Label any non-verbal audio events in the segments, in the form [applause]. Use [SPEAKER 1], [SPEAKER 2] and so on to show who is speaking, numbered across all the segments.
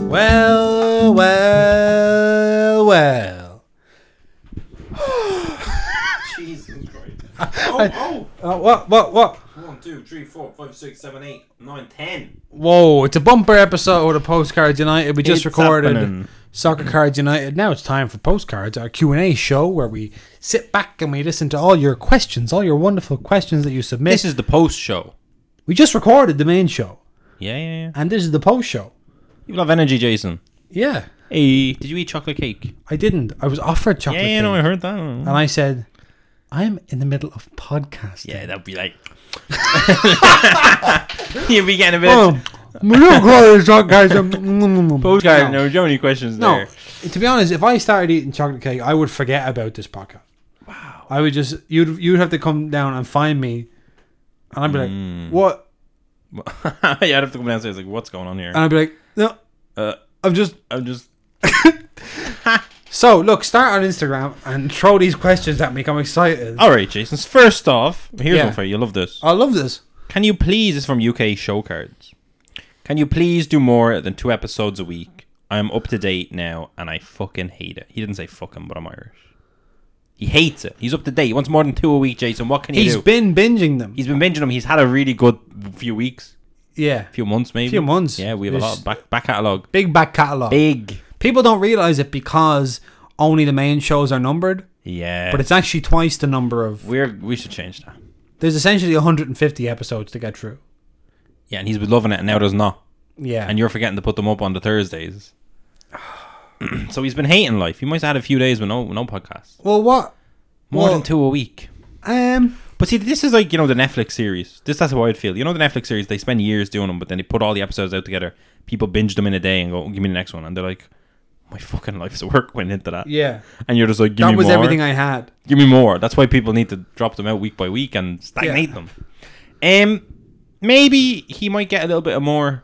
[SPEAKER 1] Well, well, well.
[SPEAKER 2] Jesus
[SPEAKER 3] [laughs]
[SPEAKER 2] Christ. Oh,
[SPEAKER 3] Uh,
[SPEAKER 1] Oh, what, what, what?
[SPEAKER 2] oh. One, two, three, four, five, six, seven, eight, nine, ten.
[SPEAKER 1] Whoa, it's a bumper episode of the Postcards United. We just
[SPEAKER 3] It's
[SPEAKER 1] recorded
[SPEAKER 3] happening.
[SPEAKER 1] Soccer Cards United. Now it's time for Postcards, our Q&A show where we sit back and we listen to all your questions, all your wonderful questions that you submit.
[SPEAKER 3] This is the post show.
[SPEAKER 1] we just recorded the main show
[SPEAKER 3] Yeah, yeah, yeah.
[SPEAKER 1] and this is the post show.
[SPEAKER 3] You love energy, Jason.
[SPEAKER 1] Yeah,
[SPEAKER 3] Hey, did you eat chocolate cake?
[SPEAKER 1] I didn't. I was offered chocolate
[SPEAKER 3] yeah, you know, I
[SPEAKER 1] cake,
[SPEAKER 3] heard that. I don't know.
[SPEAKER 1] and I said, I'm in the middle of
[SPEAKER 3] [laughs]
[SPEAKER 1] podcasting.
[SPEAKER 3] Yeah, that'd be like. [laughs] You'd be getting a bit.
[SPEAKER 1] Oh,
[SPEAKER 3] [laughs]
[SPEAKER 1] you guys. [laughs] Post
[SPEAKER 3] Postcard. No, do you have any questions
[SPEAKER 1] No,
[SPEAKER 3] there?
[SPEAKER 1] to be honest, if I started eating chocolate cake, I would forget about this podcast. Wow. I would just you'd you'd have to come down and find me, and I'd be
[SPEAKER 3] Hmm.
[SPEAKER 1] like, "What?"
[SPEAKER 3] [laughs] yeah, I'd have to come downstairs. Like, what's going on here?
[SPEAKER 1] And I'd be like, "No,
[SPEAKER 3] Uh,
[SPEAKER 1] I'm just."
[SPEAKER 3] I'm just.
[SPEAKER 1] So look, start on Instagram and throw these questions at me. 'cause I'm excited.
[SPEAKER 3] All right, Jason. First off, here's
[SPEAKER 1] Yeah.
[SPEAKER 3] one for you. You love this.
[SPEAKER 1] I love this.
[SPEAKER 3] Can you please? It's from UK show cards. Can you please do more than two episodes a week? I'm up to date now, and I fucking hate it. He didn't say fucking, but I'm Irish. He hates it. He's up to date. He wants more than two a week, Jason. What can he
[SPEAKER 1] He's
[SPEAKER 3] do?
[SPEAKER 1] been binging them.
[SPEAKER 3] he's been binging them. He's had a really good few weeks,
[SPEAKER 1] yeah,
[SPEAKER 3] few months maybe.
[SPEAKER 1] Few months.
[SPEAKER 3] Yeah, we have a lot
[SPEAKER 1] There's-
[SPEAKER 3] of back back catalog.
[SPEAKER 1] big back catalog.
[SPEAKER 3] Big.
[SPEAKER 1] People don't realize it because only the main shows are numbered,
[SPEAKER 3] Yeah.
[SPEAKER 1] but it's actually twice the number of.
[SPEAKER 3] we're we should change that.
[SPEAKER 1] There's essentially 150 episodes to get through.
[SPEAKER 3] Yeah, and he's been loving it, and now there's not.
[SPEAKER 1] Yeah,
[SPEAKER 3] And you're forgetting to put them up on the Thursdays. [clears throat] so he's been hating life. He must have had a few days with no no podcast.
[SPEAKER 1] well, what?
[SPEAKER 3] More
[SPEAKER 1] Well-
[SPEAKER 3] than two a week.
[SPEAKER 1] Um,
[SPEAKER 3] But see, this is like you know the Netflix series. This that's how I'd feel. You know the Netflix series. They spend years doing them, but then they put all the episodes out together. People binge them in a day and go, "Oh, "Give me the next one," and they're like, "My fucking life's [laughs] work went into that."
[SPEAKER 1] yeah.
[SPEAKER 3] And you're just like, "Give
[SPEAKER 1] that
[SPEAKER 3] me
[SPEAKER 1] was
[SPEAKER 3] more."
[SPEAKER 1] everything I had.
[SPEAKER 3] Give me more. That's why people need to drop them out week by week and stagnate
[SPEAKER 1] Yeah.
[SPEAKER 3] them. Um, maybe he might get a little bit of more in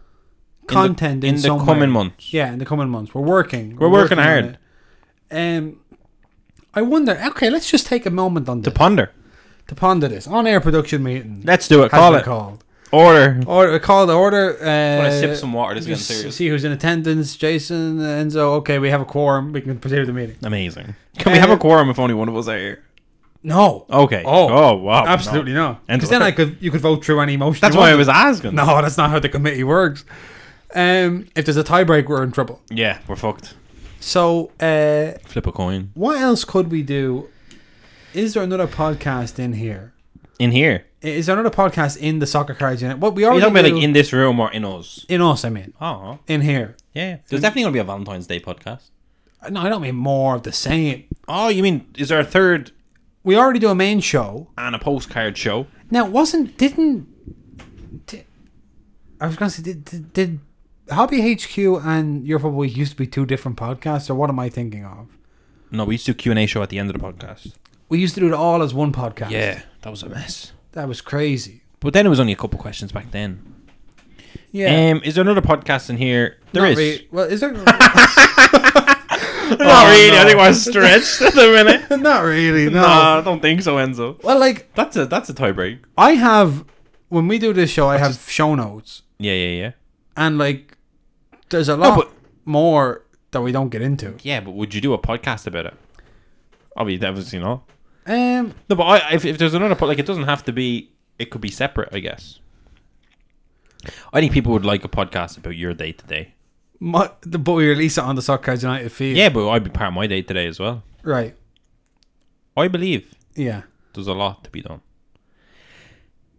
[SPEAKER 3] the-
[SPEAKER 1] Content in
[SPEAKER 3] in the,
[SPEAKER 1] some way.
[SPEAKER 3] coming months.
[SPEAKER 1] Yeah, in the coming months, we're working.
[SPEAKER 3] We're working
[SPEAKER 1] on it. Um, I wonder. Okay, let's just take a moment on
[SPEAKER 3] To
[SPEAKER 1] this,
[SPEAKER 3] ponder.
[SPEAKER 1] to ponder this on-air production meeting.
[SPEAKER 3] Let's do it.
[SPEAKER 1] has
[SPEAKER 3] Call
[SPEAKER 1] been
[SPEAKER 3] it.
[SPEAKER 1] called.
[SPEAKER 3] Order.
[SPEAKER 1] Or call the order. Uh,
[SPEAKER 3] gonna sip some water, this is
[SPEAKER 1] just
[SPEAKER 3] getting serious.
[SPEAKER 1] See who's in attendance. Jason, Enzo. Okay, we have a quorum. We can proceed with the meeting.
[SPEAKER 3] Amazing. Can we have
[SPEAKER 1] Uh,
[SPEAKER 3] a quorum if only one of us are here?
[SPEAKER 1] No.
[SPEAKER 3] Okay.
[SPEAKER 1] Oh.
[SPEAKER 3] Oh wow.
[SPEAKER 1] Absolutely
[SPEAKER 3] No.
[SPEAKER 1] no.
[SPEAKER 3] And
[SPEAKER 1] Because then I could you could vote through any motion.
[SPEAKER 3] That's
[SPEAKER 1] you
[SPEAKER 3] why I
[SPEAKER 1] wanted.
[SPEAKER 3] was asking.
[SPEAKER 1] No, that's not how the committee works. Um, if there's a tiebreak, we're in trouble.
[SPEAKER 3] Yeah, we're fucked.
[SPEAKER 1] So, uh,
[SPEAKER 3] Flip a coin.
[SPEAKER 1] what else could we do? Is there another podcast in here?
[SPEAKER 3] In here.
[SPEAKER 1] I- Is there another podcast in the soccer cards unit? What we
[SPEAKER 3] Are you
[SPEAKER 1] already
[SPEAKER 3] talking about like
[SPEAKER 1] do-
[SPEAKER 3] in this room or in us?
[SPEAKER 1] in us, I mean,
[SPEAKER 3] Oh.
[SPEAKER 1] in here.
[SPEAKER 3] Yeah. There's definitely gonna be a Valentine's Day podcast.
[SPEAKER 1] No, I don't mean more of the same.
[SPEAKER 3] Oh, you mean is there a third
[SPEAKER 1] We already do a main show.
[SPEAKER 3] and a postcard show?
[SPEAKER 1] Now, wasn't didn't di- I was gonna say did, did did Hobby HQ and Your Football Week used to be two different podcasts, or what am I thinking of?
[SPEAKER 3] No, we used to do Q and A show at the end of the podcast.
[SPEAKER 1] We used to do it all as one podcast.
[SPEAKER 3] that was a mess.
[SPEAKER 1] that was crazy.
[SPEAKER 3] But then it was only a couple questions back then.
[SPEAKER 1] Yeah,
[SPEAKER 3] Um, is there another podcast in here? There
[SPEAKER 1] Not
[SPEAKER 3] is. [laughs]
[SPEAKER 1] really- well, is there?
[SPEAKER 3] Not
[SPEAKER 1] Oh,
[SPEAKER 3] really. I
[SPEAKER 1] no.
[SPEAKER 3] think we're stretched at the minute.
[SPEAKER 1] Not really.
[SPEAKER 3] [laughs]
[SPEAKER 1] No.
[SPEAKER 3] No, I don't think so, Enzo.
[SPEAKER 1] Well, like
[SPEAKER 3] That's a that's a tiebreak.
[SPEAKER 1] I have when we do this show, I have show notes,
[SPEAKER 3] Yeah, yeah, yeah.
[SPEAKER 1] and like there's a lot
[SPEAKER 3] but-
[SPEAKER 1] more that we don't get into.
[SPEAKER 3] Yeah, but would you do a podcast about it? Obviously, obviously not.
[SPEAKER 1] Um,
[SPEAKER 3] No, but I, if, if there's another pod, like it doesn't have to be. It could be separate, I guess. I think people would like a podcast about your day today.
[SPEAKER 1] my, the, but we release it on the Soccer United feed.
[SPEAKER 3] Yeah, but I'd be part of my day today as well.
[SPEAKER 1] Right.
[SPEAKER 3] I believe
[SPEAKER 1] Yeah.
[SPEAKER 3] there's a lot to be done.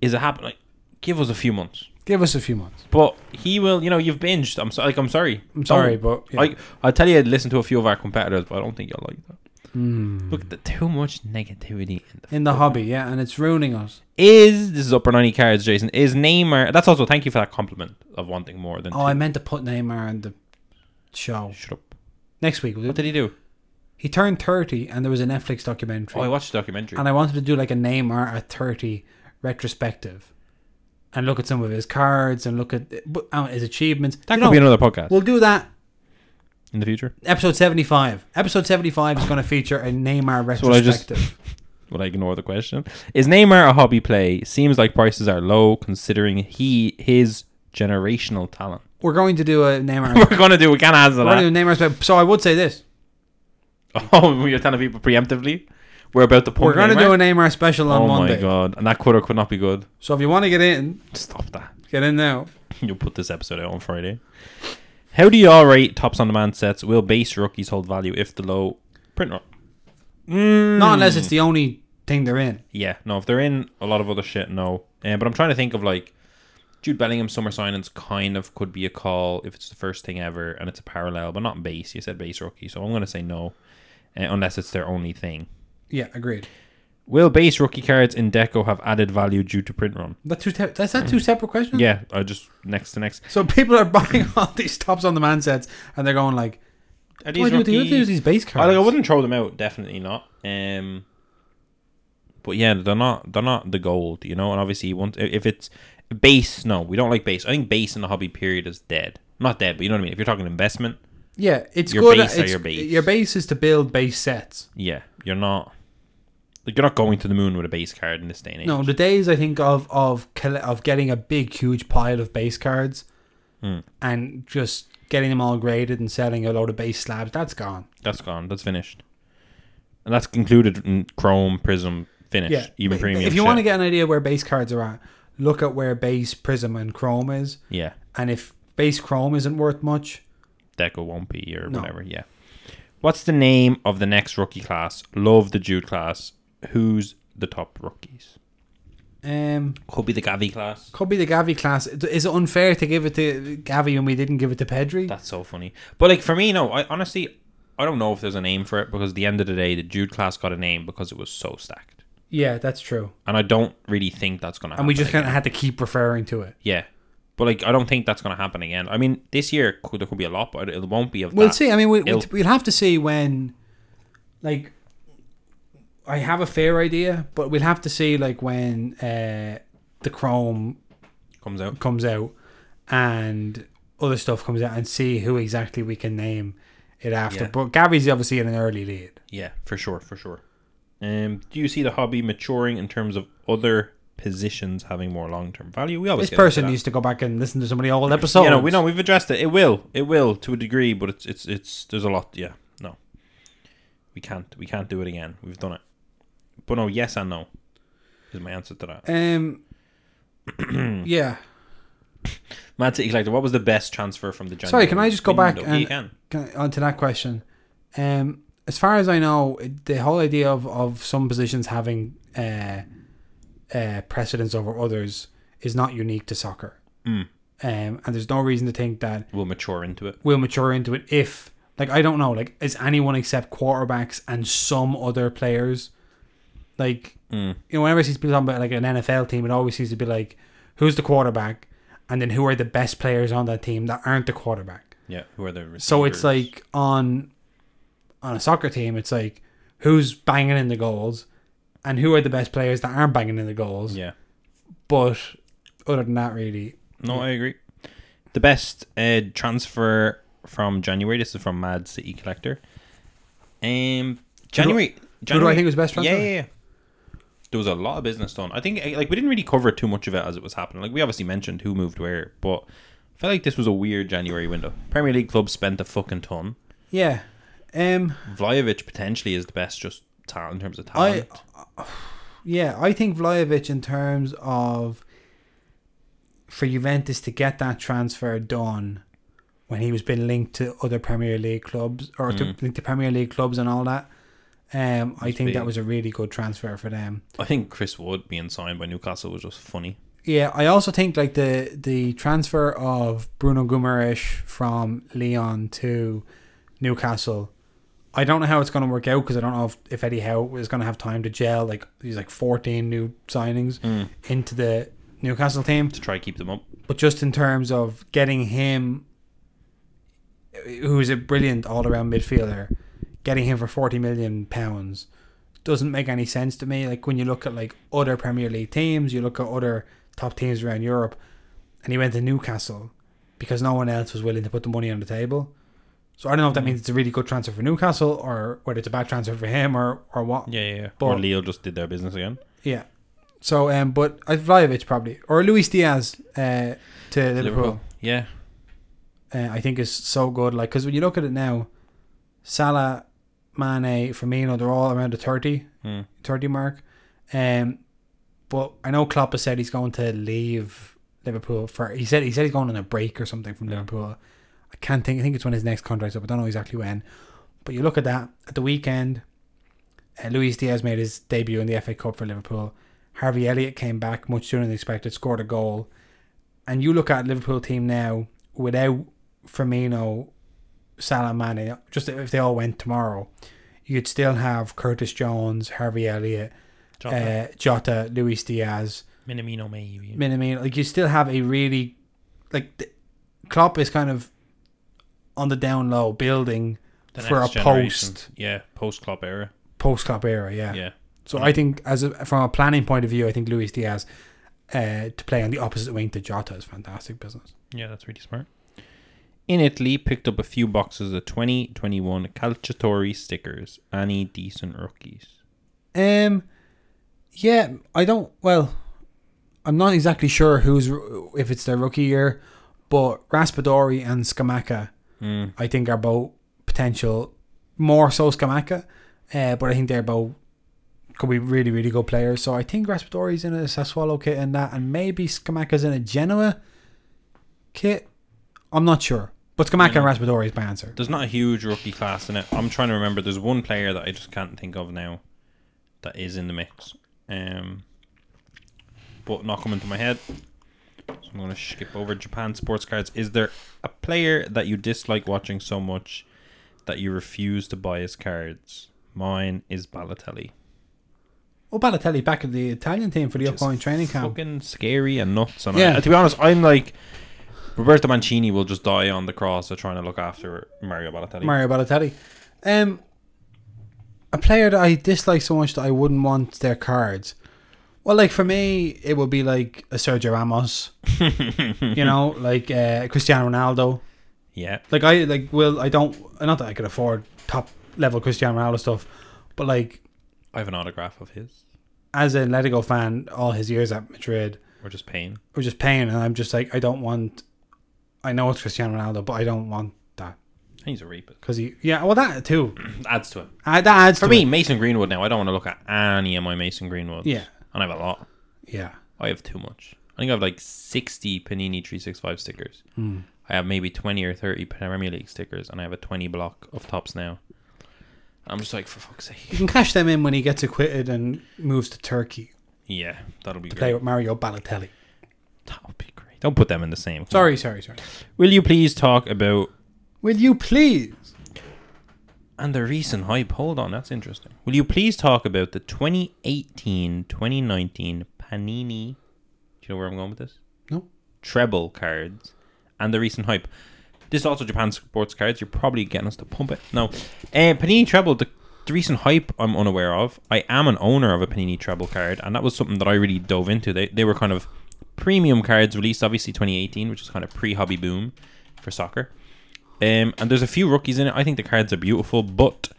[SPEAKER 3] Is it happening? Like, give us a few months.
[SPEAKER 1] Give us a few months.
[SPEAKER 3] But he will, you know, you've binged. I'm so, like, I'm sorry.
[SPEAKER 1] I'm sorry, but yeah.
[SPEAKER 3] I, I'll tell you, listen to a few of our competitors, but I don't think you'll like that.
[SPEAKER 1] Hmm.
[SPEAKER 3] Look, the, too much negativity. In the
[SPEAKER 1] in the hobby, yeah, and it's ruining us.
[SPEAKER 3] is this is upper ninety cards, Jason? Is Neymar? That's also thank you for that compliment of wanting more than.
[SPEAKER 1] Oh, I meant to put Neymar in the show
[SPEAKER 3] Shut up.
[SPEAKER 1] next week. We'll
[SPEAKER 3] What
[SPEAKER 1] do
[SPEAKER 3] did he do?
[SPEAKER 1] he turned thirty, and there was a Netflix documentary,
[SPEAKER 3] Oh, I watched the documentary.
[SPEAKER 1] and I wanted to do like a Neymar at thirty retrospective, and look at some of his cards and look at but, uh, his achievements.
[SPEAKER 3] that
[SPEAKER 1] You
[SPEAKER 3] could
[SPEAKER 1] know,
[SPEAKER 3] be another podcast
[SPEAKER 1] we'll do that.
[SPEAKER 3] in the future.
[SPEAKER 1] Episode seventy-five. Episode seventy-five is going to feature a Neymar
[SPEAKER 3] So I just-
[SPEAKER 1] retrospective.
[SPEAKER 3] Will I ignore the question? Is Neymar a hobby play? Seems like prices are low considering he his generational talent.
[SPEAKER 1] We're going to do a name
[SPEAKER 3] [laughs] We're gonna do. We can't answer
[SPEAKER 1] We're going
[SPEAKER 3] that.
[SPEAKER 1] to do a name ours, so I would say this.
[SPEAKER 3] Oh, [laughs] we are telling people preemptively. We're about to. Pump
[SPEAKER 1] We're going to
[SPEAKER 3] Neymar.
[SPEAKER 1] do a name our special on
[SPEAKER 3] Oh
[SPEAKER 1] Monday.
[SPEAKER 3] my god! And that could or could not be good.
[SPEAKER 1] So if you want to get in,
[SPEAKER 3] Stop that. [laughs]
[SPEAKER 1] get in now.
[SPEAKER 3] You'll put this episode out on Friday. How do you all rate tops on demand sets? Will base rookies hold value if the low print? ro- Mm.
[SPEAKER 1] Not unless it's the only thing they're in.
[SPEAKER 3] Yeah, no. If they're in a lot of other shit, no. Uh, but I'm trying to think of like Jude Bellingham summer signings kind of could be a call if it's the first thing ever and it's a parallel, but not base. You said base rookie, so I'm gonna say no, uh, unless it's their only thing.
[SPEAKER 1] Yeah, agreed.
[SPEAKER 3] Will base rookie cards in Deco have added value due to print run?
[SPEAKER 1] That two te- that's that two separate questions.
[SPEAKER 3] Yeah, I just next to next.
[SPEAKER 1] So people are [laughs] buying all these tops on the man sets, and they're going like,
[SPEAKER 3] Are
[SPEAKER 1] "Why
[SPEAKER 3] these
[SPEAKER 1] do you do
[SPEAKER 3] rookies-
[SPEAKER 1] these base
[SPEAKER 3] I,
[SPEAKER 1] cards?"
[SPEAKER 3] like, I wouldn't throw them out. Definitely not. Um, but yeah, they're not. They're not the gold, you know. And obviously, once if it's base, no, we don't like base. I think base in the hobby period is dead. Not dead, but you know what I mean. If you're talking investment,
[SPEAKER 1] Yeah, it's
[SPEAKER 3] Your
[SPEAKER 1] good.
[SPEAKER 3] base are
[SPEAKER 1] it's-
[SPEAKER 3] your base.
[SPEAKER 1] Your base is to build base sets.
[SPEAKER 3] yeah, you're not. Like you're not going to the moon with a base card in this day and age.
[SPEAKER 1] No, the days I think of of colle- of getting a big huge pile of base cards,
[SPEAKER 3] Hmm.
[SPEAKER 1] and just getting them all graded and selling a load of base slabs. That's gone.
[SPEAKER 3] that's gone. That's finished. And that's concluded in Chrome, Prism, finished,
[SPEAKER 1] Yeah,
[SPEAKER 3] even
[SPEAKER 1] But
[SPEAKER 3] premium.
[SPEAKER 1] If you want to
[SPEAKER 3] shit.
[SPEAKER 1] get an idea where base cards are at, look at where base Prism and Chrome is,
[SPEAKER 3] yeah,
[SPEAKER 1] and if base Chrome isn't worth much,
[SPEAKER 3] Deco won't be or
[SPEAKER 1] No.
[SPEAKER 3] whatever. Yeah. What's the name of the next rookie class? Love the Jude class. Who's the top rookies?
[SPEAKER 1] um,
[SPEAKER 3] Could be the Gavi class.
[SPEAKER 1] Could be the Gavi class. Is it unfair to give it to Gavi when we didn't give it to Pedri?
[SPEAKER 3] That's so funny. But like for me, no. I honestly, I don't know if there's a name for it because at the end of the day, the Jude class got a name because it was so stacked,
[SPEAKER 1] yeah, that's true.
[SPEAKER 3] and I don't really think that's gonna. happen
[SPEAKER 1] And we just
[SPEAKER 3] again.
[SPEAKER 1] kind of had to keep referring to it.
[SPEAKER 3] yeah. But like, I don't think that's gonna happen again. I mean, this year could, there could be a lot, but it won't be of.
[SPEAKER 1] We'll
[SPEAKER 3] that.
[SPEAKER 1] see. I mean, we, we'll,
[SPEAKER 3] It'll-
[SPEAKER 1] we'll have to see when, like, I have a fair idea, but we'll have to see like when uh, the Chrome
[SPEAKER 3] comes out.
[SPEAKER 1] comes out and other stuff comes out and see who exactly we can name it after.
[SPEAKER 3] Yeah.
[SPEAKER 1] But Gavi's obviously in an early lead.
[SPEAKER 3] Yeah, for sure, for sure. Um, do you see the hobby maturing in terms of other positions having more long term value? We always
[SPEAKER 1] This
[SPEAKER 3] get into
[SPEAKER 1] person
[SPEAKER 3] that.
[SPEAKER 1] needs to go back and listen to some of the old episodes.
[SPEAKER 3] Yeah, no, we know we've addressed it. It will, it will to a degree, but it's it's it's there's a lot. Yeah, no, we can't we can't do it again. We've done it. But no, yes and no is my answer to that. [clears throat]
[SPEAKER 1] Um, yeah.
[SPEAKER 3] Mad City Collector, what was the best transfer from the January?
[SPEAKER 1] Sorry, can I just go back
[SPEAKER 3] window?
[SPEAKER 1] and-
[SPEAKER 3] you can.
[SPEAKER 1] Can I- onto that question. Um, as far as I know, it- the whole idea of, of some positions having uh, uh, precedence over others is not unique to soccer.
[SPEAKER 3] Mm.
[SPEAKER 1] Um, and there's no reason to think that
[SPEAKER 3] We'll mature into it.
[SPEAKER 1] we'll mature into it if, like, I don't know, like, is anyone except quarterbacks and some other players, like,
[SPEAKER 3] Mm.
[SPEAKER 1] you know, whenever I see people talking about like an NFL team, it always seems to be like, who's the quarterback, and then who are the best players on that team that aren't the quarterback.
[SPEAKER 3] Yeah, who are the receivers?
[SPEAKER 1] So it's like on on a soccer team, it's like who's banging in the goals and who are the best players that aren't banging in the goals.
[SPEAKER 3] yeah.
[SPEAKER 1] But other than that, really,
[SPEAKER 3] No, I agree. The best uh, transfer from January. This is from Mad City Collector. Um, January. January.
[SPEAKER 1] who do I think was best transfer?
[SPEAKER 3] Yeah, yeah, yeah. There was a lot of business done. I think eh, like we didn't really cover too much of it as it was happening. Like we obviously mentioned who moved where, but I felt like this was a weird January window. Premier League clubs spent a fucking ton.
[SPEAKER 1] yeah. Um,
[SPEAKER 3] Vlahovic potentially is the best just talent in terms of
[SPEAKER 1] I
[SPEAKER 3] talent.
[SPEAKER 1] yeah, I think Vlahovic in terms of for Juventus to get that transfer done when he was being linked to other Premier League clubs or to linked to Premier League clubs and all that. Um, I think that
[SPEAKER 3] big.
[SPEAKER 1] was a really good transfer for them.
[SPEAKER 3] I think Chris Wood being signed by Newcastle was just funny.
[SPEAKER 1] Yeah, I also think like the the transfer of Bruno Guimaraes from Leon to Newcastle. I don't know how it's going to work out because I don't know if, if Eddie Howe is going to have time to gel like these like 14 new signings into the Newcastle team.
[SPEAKER 3] To try to keep them up.
[SPEAKER 1] But just in terms of getting him, who is a brilliant all around midfielder, getting him for 40 million pounds doesn't make any sense to me. Like when you look at like other Premier League teams, you look at other top teams around Europe, and he went to Newcastle because no one else was willing to put the money on the table. So I don't know if that means it's a really good transfer for Newcastle or whether it's a bad transfer for him or or what.
[SPEAKER 3] Yeah, yeah. yeah.
[SPEAKER 1] But-
[SPEAKER 3] or Leo just did their business again.
[SPEAKER 1] Yeah. So, um, but I'd Vlahovic probably or Luis Diaz uh, to Liverpool.
[SPEAKER 3] Yeah.
[SPEAKER 1] Uh, I think is so good. Like, because when you look at it now, Salah, Mane, Firmino, they're all around the 30,
[SPEAKER 3] Hmm.
[SPEAKER 1] 30 mark. Um, but I know Klopp has said he's going to leave Liverpool for. He said he said he's going on a break or something from
[SPEAKER 3] Yeah.
[SPEAKER 1] Liverpool. I can't think. I think it's when his next contract's up. I don't know exactly when. But you look at that at the weekend. Uh, Luis Diaz made his debut in the FA Cup for Liverpool. Harvey Elliott came back much sooner than expected, scored a goal. And you look at Liverpool team now without Firmino, Salah, Mane. Just if they all went tomorrow, you'd still have Curtis Jones, Harvey Elliott,
[SPEAKER 3] Jota.
[SPEAKER 1] uh, Jota, Luis Diaz,
[SPEAKER 3] Minamino E maybe.
[SPEAKER 1] Minamino. Like you still have a really like the, Klopp is kind of on the down low, building
[SPEAKER 3] The
[SPEAKER 1] for a
[SPEAKER 3] next generation.
[SPEAKER 1] post
[SPEAKER 3] Yeah, post club era.
[SPEAKER 1] post Klopp era. Yeah.
[SPEAKER 3] Yeah.
[SPEAKER 1] So I think as a, from a planning point of view, I think Luis Diaz uh, to play on the opposite wing to Jota is fantastic business.
[SPEAKER 3] Yeah, that's really smart. In Italy, picked up a few boxes of 2021 Calciatori stickers. Any decent rookies?
[SPEAKER 1] Um, yeah, I don't. Well, I'm not exactly sure who's r- if it's their rookie year, but Raspadori and Skamaka,
[SPEAKER 3] Mm.
[SPEAKER 1] I think, are both potential. More so Skamaka, uh, but I think they're both could be really really good players. So I think Raspadori's in a Sassuolo kit and that, and maybe Skamaka's in a Genoa kit. I'm not sure, but Skamaka
[SPEAKER 3] Yeah.
[SPEAKER 1] and Raspadori is my answer.
[SPEAKER 3] There's not a huge rookie class in it. I'm trying to remember. There's one player that I just can't think of now that is in the mix. Um, but not coming to my head. So I'm going to skip over Japan sports cards. Is there a player that you dislike watching so much that you refuse to buy his cards? Mine is Balotelli.
[SPEAKER 1] Oh, Balotelli back at the Italian team for the
[SPEAKER 3] Just
[SPEAKER 1] upcoming training camp.
[SPEAKER 3] Fucking scary and nuts. And
[SPEAKER 1] Yeah.
[SPEAKER 3] I, to be honest, I'm like Roberto Mancini will just die on the cross of trying to look after Mario Balotelli.
[SPEAKER 1] Mario Balotelli. Um, a player that I dislike so much that I wouldn't want their cards. Well, like for me, it would be like a Sergio Ramos, you
[SPEAKER 3] Mm-hmm.
[SPEAKER 1] know, like uh, Cristiano Ronaldo.
[SPEAKER 3] [laughs] yeah,
[SPEAKER 1] Like I like will I don't not that I could afford top level Cristiano Ronaldo stuff, but like
[SPEAKER 3] I have an autograph of his.
[SPEAKER 1] as an Atletico fan, all his years at Madrid
[SPEAKER 3] Or just pain.
[SPEAKER 1] were just pain, and I'm just like I don't want. I know it's Cristiano Ronaldo, but I don't want that
[SPEAKER 3] He's a rapist.
[SPEAKER 1] because he yeah well that too
[SPEAKER 3] [clears throat] Adds to it.
[SPEAKER 1] uh, that adds
[SPEAKER 3] For
[SPEAKER 1] to
[SPEAKER 3] me,
[SPEAKER 1] it.
[SPEAKER 3] Mason Greenwood now. I don't want to look at any of my Mason Greenwoods.
[SPEAKER 1] Yeah.
[SPEAKER 3] And I have a lot.
[SPEAKER 1] yeah
[SPEAKER 3] I have too much. I think I have like 60 Panini 365 stickers. I have maybe 20 or 30 Premier League stickers, and I have a 20 block of tops now. I'm just like, for fuck's
[SPEAKER 1] You
[SPEAKER 3] sake.
[SPEAKER 1] can cash them in when he gets acquitted and moves to Turkey
[SPEAKER 3] Yeah, that'll be
[SPEAKER 1] to
[SPEAKER 3] great.
[SPEAKER 1] play with Mario Balotelli.
[SPEAKER 3] That would be great. Don't put them in the same.
[SPEAKER 1] Sorry, sorry, sorry.
[SPEAKER 3] Will you please talk about
[SPEAKER 1] Will you please?
[SPEAKER 3] and the recent hype? Hold on, that's interesting. Will you please talk about the 2018-2019 Panini? Do you know where I'm going with this?
[SPEAKER 1] No.
[SPEAKER 3] Treble cards and the recent hype. This is also Japan sports cards. You're probably getting us to pump it. No, uh, Panini Treble. The, the recent hype I'm unaware of. I am an owner of a Panini Treble card, and that was something that I really dove into. They they were kind of premium cards released, obviously 2018, which is kind of pre-hobby boom for soccer. Um, and there's a few rookies in it. I think the cards are beautiful, but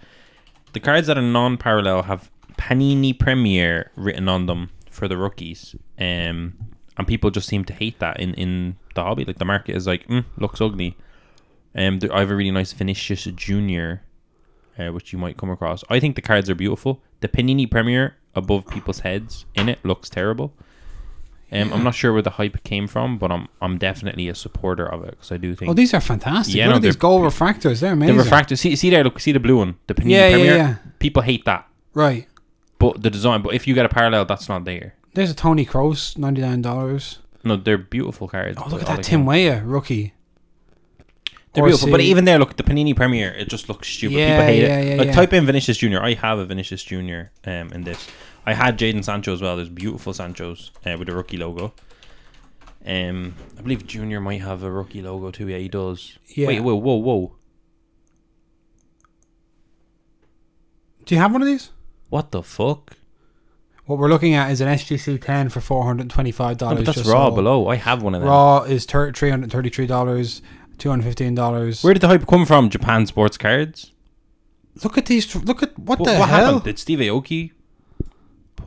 [SPEAKER 3] the cards that are non-parallel have Panini Premier written on them for the rookies. Um, and people just seem to hate that in, in the hobby. Like the market is like, mm, looks ugly. Um, th- I have a really nice Vinicius Junior, uh, which you might come across. I think the cards are beautiful. The Panini Premier above people's heads in it looks terrible. Um, I'm not sure where the hype came from, but I'm I'm definitely a supporter of it because I do think
[SPEAKER 1] Oh, these are fantastic.
[SPEAKER 3] Yeah,
[SPEAKER 1] Look
[SPEAKER 3] no,
[SPEAKER 1] at these
[SPEAKER 3] they're-
[SPEAKER 1] gold refractors. They're
[SPEAKER 3] the
[SPEAKER 1] amazing.
[SPEAKER 3] refractor. See, see there, look, see the blue one, the Panini
[SPEAKER 1] Yeah, yeah,
[SPEAKER 3] Premier.
[SPEAKER 1] yeah.
[SPEAKER 3] People hate that,
[SPEAKER 1] right.
[SPEAKER 3] but the design. But if you get a parallel, that's not there.
[SPEAKER 1] There's a Tony Kroos, $99.
[SPEAKER 3] No, they're beautiful cards.
[SPEAKER 1] Oh,
[SPEAKER 3] but
[SPEAKER 1] look at
[SPEAKER 3] all
[SPEAKER 1] that
[SPEAKER 3] they
[SPEAKER 1] Tim
[SPEAKER 3] can-
[SPEAKER 1] Weah rookie.
[SPEAKER 3] They're beautiful, but
[SPEAKER 1] RC.
[SPEAKER 3] even there, look the Panini Premier. It just looks stupid.
[SPEAKER 1] Yeah,
[SPEAKER 3] People hate
[SPEAKER 1] yeah,
[SPEAKER 3] it.
[SPEAKER 1] yeah,
[SPEAKER 3] like
[SPEAKER 1] yeah.
[SPEAKER 3] type in Vinicius Junior. I have a Vinicius Junior. Um, in this, I had Jaden Sancho as well. There's beautiful Sancho's uh, with the rookie logo. Um, I believe Junior might have a rookie logo too. Yeah, he does.
[SPEAKER 1] Yeah.
[SPEAKER 3] Wait, whoa, whoa, whoa.
[SPEAKER 1] Do you have one of these?
[SPEAKER 3] What the fuck?
[SPEAKER 1] What we're looking at is an SGC 10 for $425.
[SPEAKER 3] No, but that's
[SPEAKER 1] just
[SPEAKER 3] raw
[SPEAKER 1] sold.
[SPEAKER 3] below. I have one of them.
[SPEAKER 1] Raw is thir- $333, $215.
[SPEAKER 3] Where did the hype come from? Japan sports cards.
[SPEAKER 1] look at these. Look at what
[SPEAKER 3] What,
[SPEAKER 1] the
[SPEAKER 3] what
[SPEAKER 1] hell?
[SPEAKER 3] happened? Did Steve Aoki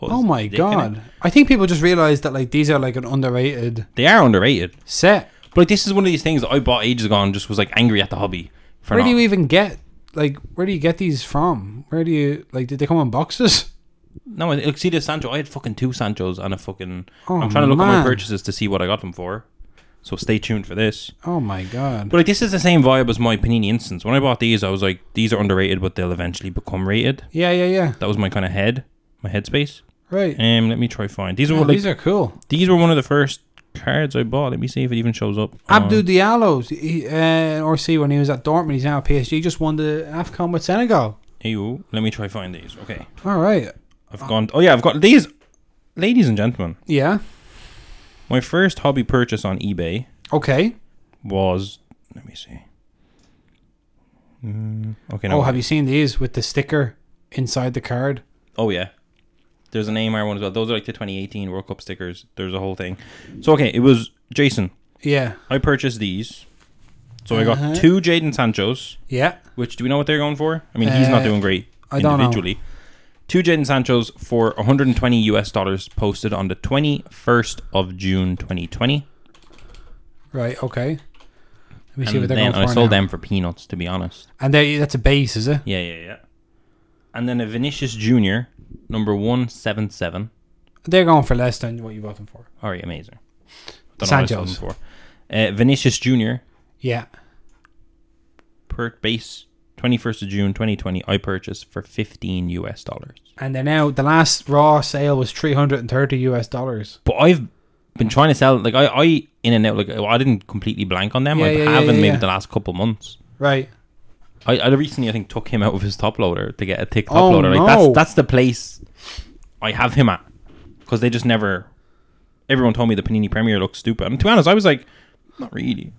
[SPEAKER 3] was.
[SPEAKER 1] Oh my
[SPEAKER 3] ridiculous.
[SPEAKER 1] god! I think people just realize that like these are like an underrated
[SPEAKER 3] They are underrated.
[SPEAKER 1] set.
[SPEAKER 3] But like, this is one of these things that I bought ages ago and just was like angry at the hobby for
[SPEAKER 1] Where
[SPEAKER 3] not.
[SPEAKER 1] do you even get like where do you get these from? Where do you like? Did they come in boxes? [laughs]
[SPEAKER 3] no, I- look, see this Sancho. I had fucking two Sanchos and a fucking.
[SPEAKER 1] Oh,
[SPEAKER 3] I'm trying to look at my
[SPEAKER 1] man.
[SPEAKER 3] purchases to see what I got them for. So stay tuned for this.
[SPEAKER 1] Oh my god!
[SPEAKER 3] But like, this is the same vibe as my Panini instance. When I bought these, I was like, these are underrated, but they'll eventually become rated.
[SPEAKER 1] yeah, yeah, yeah.
[SPEAKER 3] That was my kind of head, my headspace.
[SPEAKER 1] Right.
[SPEAKER 3] Um, let me try find these were
[SPEAKER 1] Yeah,
[SPEAKER 3] like
[SPEAKER 1] these are cool.
[SPEAKER 3] these were one of the first cards I bought. Let me see if it even shows up. on-
[SPEAKER 1] Abdou Diallo, he, uh, RC when he was at Dortmund, he's now at PSG. Just won the Afcon with Senegal.
[SPEAKER 3] Ew, let me try find these. Okay,
[SPEAKER 1] All right.
[SPEAKER 3] I've gone. Oh yeah, I've got these. Ladies and gentlemen,
[SPEAKER 1] Yeah.
[SPEAKER 3] my first hobby purchase on eBay
[SPEAKER 1] Okay.
[SPEAKER 3] was. Let me see. Mm, okay. No.
[SPEAKER 1] Oh, have you seen these with the sticker inside the card?
[SPEAKER 3] Oh yeah. There's an AMR one as well. Those are like the 2018 World Cup stickers. There's a whole thing. So okay, it was Jason.
[SPEAKER 1] Yeah.
[SPEAKER 3] I purchased these. So I
[SPEAKER 1] Uh-huh.
[SPEAKER 3] got two Jaden Sanchos,
[SPEAKER 1] Yeah.
[SPEAKER 3] which do we know what they're going for? I mean, he's not
[SPEAKER 1] Uh,
[SPEAKER 3] doing great
[SPEAKER 1] I don't know.
[SPEAKER 3] individually. Two Jaden Sanchos for 120 US dollars posted on the 21st of June 2020.
[SPEAKER 1] Right. Okay. Let me see
[SPEAKER 3] And
[SPEAKER 1] what they're
[SPEAKER 3] then
[SPEAKER 1] going for.
[SPEAKER 3] I sold
[SPEAKER 1] now.
[SPEAKER 3] them for peanuts, to be honest.
[SPEAKER 1] And they, that's a base, is it?
[SPEAKER 3] Yeah, yeah, yeah. And then a Vinicius Junior, number 177.
[SPEAKER 1] They're going for less than what you bought them for.
[SPEAKER 3] All right, amazing. Don't know what I sold
[SPEAKER 1] Sanchos.
[SPEAKER 3] them for. Uh, Vinicius Jr.
[SPEAKER 1] Yeah.
[SPEAKER 3] per base, 21st of June 2020, I purchased for 15 US dollars.
[SPEAKER 1] And they're now the last raw sale was three hundred and thirty US dollars.
[SPEAKER 3] But I've been trying to sell, like, I, I in and out, like, I didn't completely blank on them.
[SPEAKER 1] Yeah,
[SPEAKER 3] I
[SPEAKER 1] yeah, yeah,
[SPEAKER 3] haven't
[SPEAKER 1] yeah,
[SPEAKER 3] maybe
[SPEAKER 1] yeah.
[SPEAKER 3] the last couple months.
[SPEAKER 1] Right.
[SPEAKER 3] I, I recently, I think, took him out of his top loader to get a tick top
[SPEAKER 1] Oh,
[SPEAKER 3] loader. Like,
[SPEAKER 1] no.
[SPEAKER 3] that's, that's the place I have him at. Because they just never. Everyone told me the Panini Premier looks stupid. And to be honest, I was like, not really.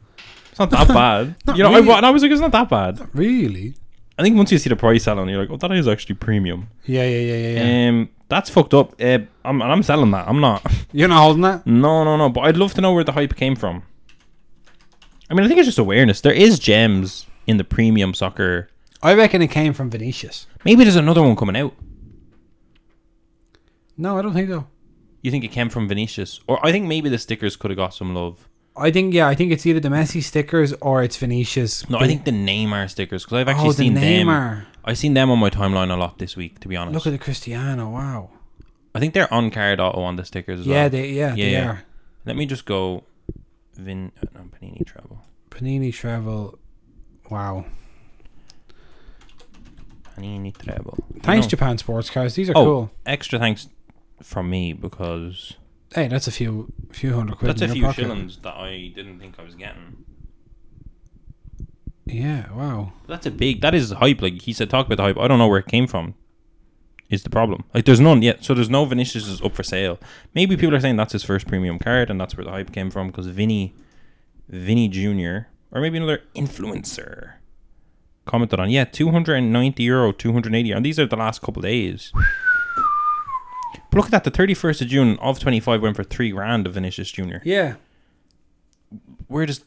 [SPEAKER 3] It's not
[SPEAKER 1] [laughs]
[SPEAKER 3] that bad.
[SPEAKER 1] Not
[SPEAKER 3] you know,
[SPEAKER 1] really.
[SPEAKER 3] I, wa- and I was like, it's not that bad.
[SPEAKER 1] Really?
[SPEAKER 3] I think once you see the price selling, you're like, oh, that is actually premium.
[SPEAKER 1] Yeah, yeah, yeah, yeah. yeah.
[SPEAKER 3] Um, that's fucked up. Uh, I'm, and I'm selling that. I'm not. [laughs]
[SPEAKER 1] You're not holding that?
[SPEAKER 3] No, no, no. But I'd love to know where the hype came from. I mean, I think it's just awareness. There is gems in the premium soccer.
[SPEAKER 1] I reckon it came from Venetius.
[SPEAKER 3] Maybe there's another one coming out.
[SPEAKER 1] No, I don't think so.
[SPEAKER 3] You think it came from Vinicius, or I think maybe the stickers could have got some love.
[SPEAKER 1] I think yeah, I think it's either the Messi stickers or it's Venetius.
[SPEAKER 3] No, I think the Neymar stickers because I've actually
[SPEAKER 1] oh, the
[SPEAKER 3] seen them.
[SPEAKER 1] Neymar.
[SPEAKER 3] I've seen them on my timeline a lot this week. To be honest,
[SPEAKER 1] Look at the Cristiano. Wow.
[SPEAKER 3] I think they're on card auto on the stickers as
[SPEAKER 1] Yeah,
[SPEAKER 3] well.
[SPEAKER 1] they yeah, they
[SPEAKER 3] Yeah.
[SPEAKER 1] are.
[SPEAKER 3] Let me just go. Vin, uh, no, Panini travel.
[SPEAKER 1] Panini travel. Wow.
[SPEAKER 3] Panini travel.
[SPEAKER 1] Thanks,
[SPEAKER 3] No.
[SPEAKER 1] Japan Sports Cars. These are
[SPEAKER 3] Oh.
[SPEAKER 1] cool.
[SPEAKER 3] extra thanks from me because
[SPEAKER 1] Hey, that's a few few hundred quid.
[SPEAKER 3] that's
[SPEAKER 1] in
[SPEAKER 3] a
[SPEAKER 1] your
[SPEAKER 3] few
[SPEAKER 1] pocket.
[SPEAKER 3] shillings that I didn't think I was getting.
[SPEAKER 1] Yeah, wow.
[SPEAKER 3] That's a big. That is hype. Like he said, talk about the hype. I don't know where it came from. Is the problem? Like there's none yet. So there's no Vinicius is up for sale. Maybe people are saying that's his first premium card and that's where the hype came from because Vinny, Vinny Junior, or maybe another influencer. Commented on, yeah, 290 euro, 280, and these are the last couple days. But look at that, the 31st of June of 25 went for three grand of Vinicius Jr.
[SPEAKER 1] Yeah.
[SPEAKER 3] Where does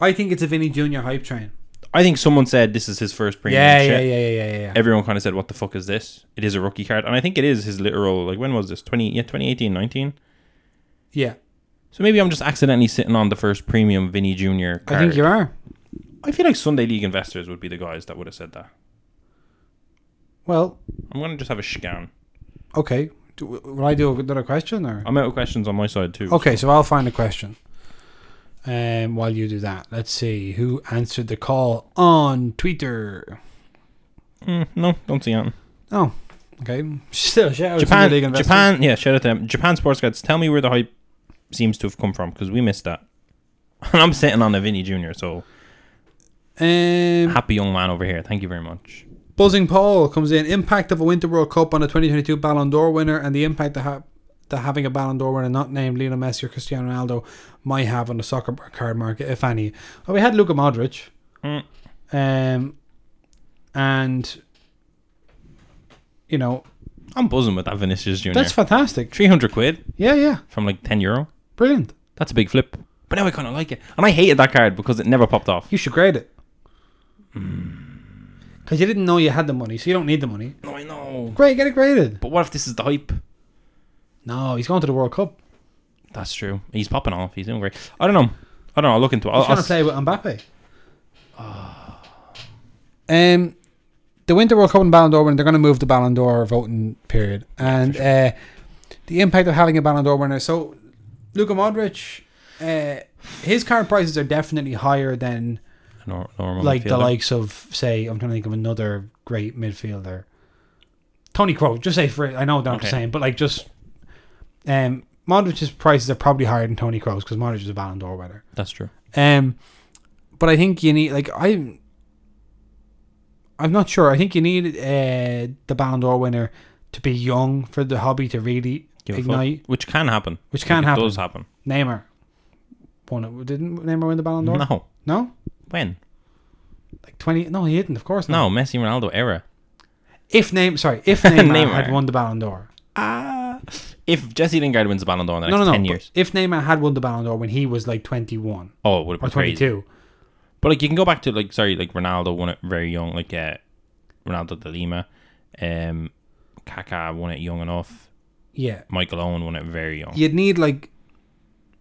[SPEAKER 1] I think it's a Vinny Junior hype train.
[SPEAKER 3] I think someone said this is his first premium?
[SPEAKER 1] Yeah,
[SPEAKER 3] shit.
[SPEAKER 1] yeah, yeah, yeah, yeah, yeah.
[SPEAKER 3] everyone kind of said, "What the fuck is this?" It is a rookie card, and I think it is his literal. Like when was this? Twenty, yeah, 2018, 19.
[SPEAKER 1] Yeah.
[SPEAKER 3] So maybe I'm just accidentally sitting on the first premium Vinny Junior.
[SPEAKER 1] I think you are.
[SPEAKER 3] I feel like Sunday League investors would be the guys that would have said that.
[SPEAKER 1] Well,
[SPEAKER 3] I'm gonna just have a scan.
[SPEAKER 1] okay. Do, will I do another question or?
[SPEAKER 3] I'm out of questions on my side too.
[SPEAKER 1] Okay, so I'll find a question. Um, while you do that, let's see who answered the call on Twitter.
[SPEAKER 3] Mm, no, don't see it.
[SPEAKER 1] Oh, okay. [laughs] Still, shout out to
[SPEAKER 3] Japan,
[SPEAKER 1] the Oh, league investors.
[SPEAKER 3] Japan. Yeah, shout out to them. Japan sports guys. Tell me where the hype seems to have come from because we missed that. [laughs] And I'm sitting on a Vinny Junior. So
[SPEAKER 1] Um,
[SPEAKER 3] happy young man over here. Thank you very much.
[SPEAKER 1] Buzzing Paul comes in. Impact of a Winter World Cup on the 2022 Ballon d'Or winner and the impact that, ha- that having a Ballon d'Or winner not named Lionel Messi or Cristiano Ronaldo might have on the soccer bar- card market, if any. Well, we had Luka Modric.
[SPEAKER 3] Mm.
[SPEAKER 1] Um, and, you know,
[SPEAKER 3] I'm buzzing with that Vinicius Junior.
[SPEAKER 1] that's fantastic.
[SPEAKER 3] 300 quid
[SPEAKER 1] Yeah, yeah.
[SPEAKER 3] from like 10 euro.
[SPEAKER 1] Brilliant.
[SPEAKER 3] That's a big flip. But now I kind of like it. And I hated that card because it never popped off.
[SPEAKER 1] You should grade it. Because you didn't know you had the money, so you don't need the money.
[SPEAKER 3] No, I know.
[SPEAKER 1] Great, get it graded.
[SPEAKER 3] But what if this is the hype?
[SPEAKER 1] No, he's going to the World Cup.
[SPEAKER 3] That's true. He's popping off. He's doing great. I don't know. I don't know. I'll look into it. I'll,
[SPEAKER 1] He's
[SPEAKER 3] I'll
[SPEAKER 1] trying to
[SPEAKER 3] s-
[SPEAKER 1] play with Mbappe. Ah. Um, the Winter World Cup and Ballon d'Or winner, they're going to move the Ballon d'Or voting period. And uh, the impact of having a Ballon d'Or winner. So, Luka Modric, uh, his current prices are definitely higher than
[SPEAKER 3] nor- normal
[SPEAKER 1] like the
[SPEAKER 3] midfielder.
[SPEAKER 1] likes of, say, I'm trying to think of another great midfielder. Tony Crow, just say for I know they're not the
[SPEAKER 3] Okay.
[SPEAKER 1] same, but like just um Modric's prices are probably higher than Tony Crow's because Modric is a Ballon d'Or winner.
[SPEAKER 3] That's true.
[SPEAKER 1] Um, but I think you need like I. I'm not sure. I think you need uh, the Ballon d'Or winner to be young for the hobby to really
[SPEAKER 3] Give a fuck.
[SPEAKER 1] ignite,
[SPEAKER 3] Which can happen.
[SPEAKER 1] which can
[SPEAKER 3] Like,
[SPEAKER 1] happen.
[SPEAKER 3] It does happen.
[SPEAKER 1] Neymar won it. Didn't Neymar win the Ballon d'Or?
[SPEAKER 3] No.
[SPEAKER 1] No?
[SPEAKER 3] When?
[SPEAKER 1] like twenty. No, he didn't. Of course not.
[SPEAKER 3] No, Messi Ronaldo era.
[SPEAKER 1] If name, sorry,
[SPEAKER 3] [laughs]
[SPEAKER 1] if Neymar,
[SPEAKER 3] Neymar.
[SPEAKER 1] had won the Ballon d'Or.
[SPEAKER 3] Ah. If Jesse Lingard wins the Ballon d'Or in the
[SPEAKER 1] No,
[SPEAKER 3] next
[SPEAKER 1] no, no.
[SPEAKER 3] 10
[SPEAKER 1] but
[SPEAKER 3] years.
[SPEAKER 1] If Neymar had won the Ballon d'Or when he was like 21
[SPEAKER 3] Oh, it would have
[SPEAKER 1] or
[SPEAKER 3] been crazy.
[SPEAKER 1] 22,
[SPEAKER 3] But like you can go back to like sorry, like Ronaldo won it very young, like uh, Ronaldo de Lima. Um Kaká won it young enough.
[SPEAKER 1] yeah,
[SPEAKER 3] Michael Owen won it very young.
[SPEAKER 1] you'd need like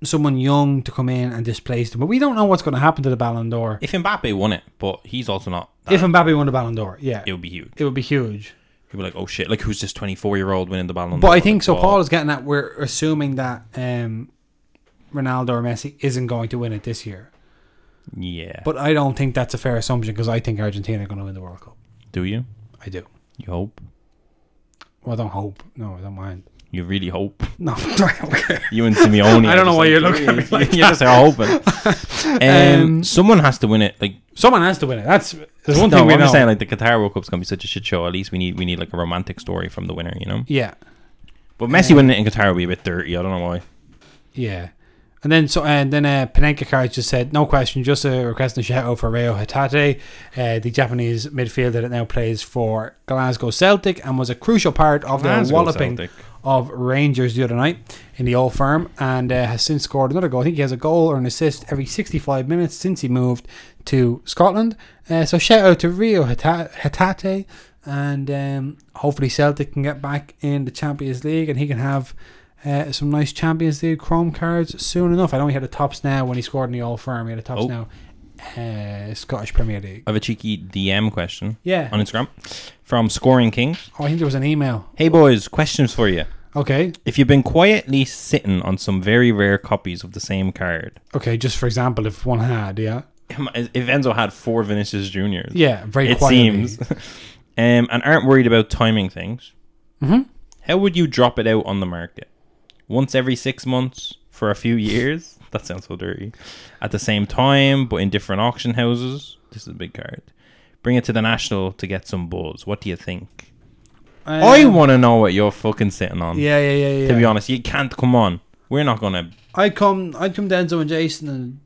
[SPEAKER 1] someone young to come in and displace them. But we don't know what's going to happen to the Ballon d'Or.
[SPEAKER 3] If Mbappe won it, but he's also not that,
[SPEAKER 1] If Mbappe won the Ballon d'or, yeah,
[SPEAKER 3] it would be huge.
[SPEAKER 1] it would be huge.
[SPEAKER 3] People are like, oh shit, like who's this twenty four year old winning the Ballon
[SPEAKER 1] But
[SPEAKER 3] d'Or?
[SPEAKER 1] I think
[SPEAKER 3] Like,
[SPEAKER 1] so.
[SPEAKER 3] whoa.
[SPEAKER 1] Paul is getting that we're assuming that um, Ronaldo or Messi isn't going to win it this year.
[SPEAKER 3] Yeah. But
[SPEAKER 1] But I don't think that's a fair assumption because I think Argentina are going to win the World Cup.
[SPEAKER 3] do you?
[SPEAKER 1] I do.
[SPEAKER 3] You hope?
[SPEAKER 1] Well, I don't hope. No, I don't mind. [laughs]
[SPEAKER 3] You really hope? [laughs]
[SPEAKER 1] No, [laughs] I don't care.
[SPEAKER 3] You and Simeone.
[SPEAKER 1] I
[SPEAKER 3] are
[SPEAKER 1] don't know
[SPEAKER 3] just
[SPEAKER 1] why
[SPEAKER 3] like,
[SPEAKER 1] you're looking at me
[SPEAKER 3] [laughs]
[SPEAKER 1] like
[SPEAKER 3] you're just hoping.
[SPEAKER 1] [laughs]
[SPEAKER 3] Um,
[SPEAKER 1] Um,
[SPEAKER 3] someone has to win it.
[SPEAKER 1] [laughs]
[SPEAKER 3] Like
[SPEAKER 1] Someone has to win it. That's there's one
[SPEAKER 3] no,
[SPEAKER 1] thing we
[SPEAKER 3] I'm
[SPEAKER 1] know.
[SPEAKER 3] just saying like the Qatar World Cup's gonna be such a shit show. At least we need we need like a romantic story from the winner, you know.
[SPEAKER 1] yeah,
[SPEAKER 3] But Messi winning it in Qatar would be a bit dirty. I don't know why.
[SPEAKER 1] yeah. And then so and then uh, Panenka Card just said no question, just a request and a shout out for Reo Hatate, uh, the Japanese midfielder that now plays for Glasgow Celtic and was a crucial part of their
[SPEAKER 3] Glasgow
[SPEAKER 1] walloping
[SPEAKER 3] Celtic.
[SPEAKER 1] of Rangers the other night in the Old Firm, and uh, has since scored another goal. I think he has a goal or an assist every 65 minutes since he moved to Scotland. Uh, so shout out to Rio Hata- Hatate, and um, hopefully Celtic can get back in the Champions League, and he can have. Uh, some nice Champions League Chrome cards soon enough. I know he had a tops now when he scored in the Old Firm. He had a tops
[SPEAKER 3] Oh.
[SPEAKER 1] now uh, Scottish Premier League.
[SPEAKER 3] I have a cheeky DM question
[SPEAKER 1] Yeah.
[SPEAKER 3] on Instagram from Scoring Kings.
[SPEAKER 1] Oh, I think there was an email.
[SPEAKER 3] Hey boys, questions for you.
[SPEAKER 1] Okay,
[SPEAKER 3] If you've been quietly sitting on some very rare copies of the same card,
[SPEAKER 1] okay. Just for example, if one had, yeah,
[SPEAKER 3] if Enzo had four Vinicius Juniors,
[SPEAKER 1] yeah, very
[SPEAKER 3] it
[SPEAKER 1] quietly.
[SPEAKER 3] seems, [laughs] um, and aren't worried about timing things,
[SPEAKER 1] Mhm.
[SPEAKER 3] how would you drop it out on the market? Once every six months for a few years? [laughs] that sounds so dirty. At the same time, but in different auction houses. This is a big card. Bring it to the national to get some buzz. What do you think? I
[SPEAKER 1] Um,
[SPEAKER 3] want to know what you're fucking sitting on.
[SPEAKER 1] Yeah, yeah, yeah, yeah.
[SPEAKER 3] To be honest, you can't come on. We're not gonna.
[SPEAKER 1] I come, I come to Enzo and Jason and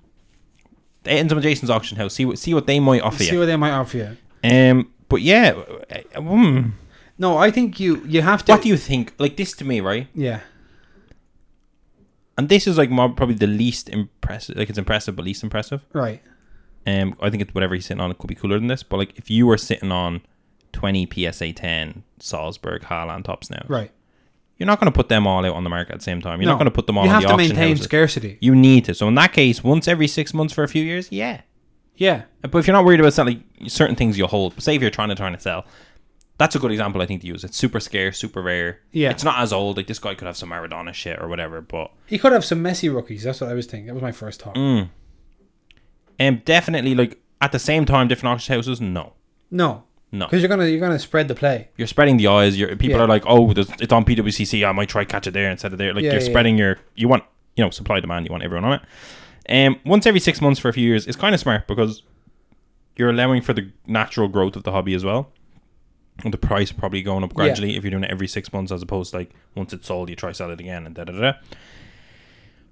[SPEAKER 3] End up at Jason's auction house. See what see what they might offer
[SPEAKER 1] see
[SPEAKER 3] you.
[SPEAKER 1] what they might offer you.
[SPEAKER 3] um, but yeah, uh, mm,
[SPEAKER 1] No, I think you you have to.
[SPEAKER 3] what do you think? Like this to me, right?
[SPEAKER 1] yeah,
[SPEAKER 3] And this is like more, probably the least impressive. Like it's impressive, but least impressive.
[SPEAKER 1] right.
[SPEAKER 3] Um, I think it's whatever he's sitting on. It could be cooler than this. But like, if you were sitting on twenty PSA ten Salzburg Haaland tops now,
[SPEAKER 1] Right.
[SPEAKER 3] you're not going to put them all out on the market at the same time. You're
[SPEAKER 1] No.
[SPEAKER 3] not going to put them all.
[SPEAKER 1] You
[SPEAKER 3] on
[SPEAKER 1] have
[SPEAKER 3] the
[SPEAKER 1] to
[SPEAKER 3] auction
[SPEAKER 1] maintain
[SPEAKER 3] houses.
[SPEAKER 1] scarcity.
[SPEAKER 3] You need to. So in that case, once every six months for a few years, yeah.
[SPEAKER 1] Yeah.
[SPEAKER 3] But if you're not worried about selling like, certain things you hold, say if you're trying to trying to sell, that's a good example I think to use. It's super scarce, super rare.
[SPEAKER 1] Yeah.
[SPEAKER 3] It's not as old. Like this guy could have some Maradona shit or whatever, but
[SPEAKER 1] He could have some messy rookies. That's what I was thinking. That was my first thought.
[SPEAKER 3] Mm. um definitely like at the same time different auction houses, no.
[SPEAKER 1] No,
[SPEAKER 3] No.
[SPEAKER 1] because you're gonna you're gonna spread the play.
[SPEAKER 3] You're spreading the eyes. You're, people
[SPEAKER 1] Yeah.
[SPEAKER 3] are like, "Oh, there's, it's on PWCC. I might try catch it there instead of there." Like
[SPEAKER 1] Yeah,
[SPEAKER 3] you're
[SPEAKER 1] yeah,
[SPEAKER 3] spreading your you want, you know, supply demand. You want everyone on it. Um, once every 6 months for a few years is kind of smart because you're allowing for the natural growth of the hobby as well. And the price probably going up gradually if you're doing it every 6 months as opposed to like once it's sold you try sell it again and da da da.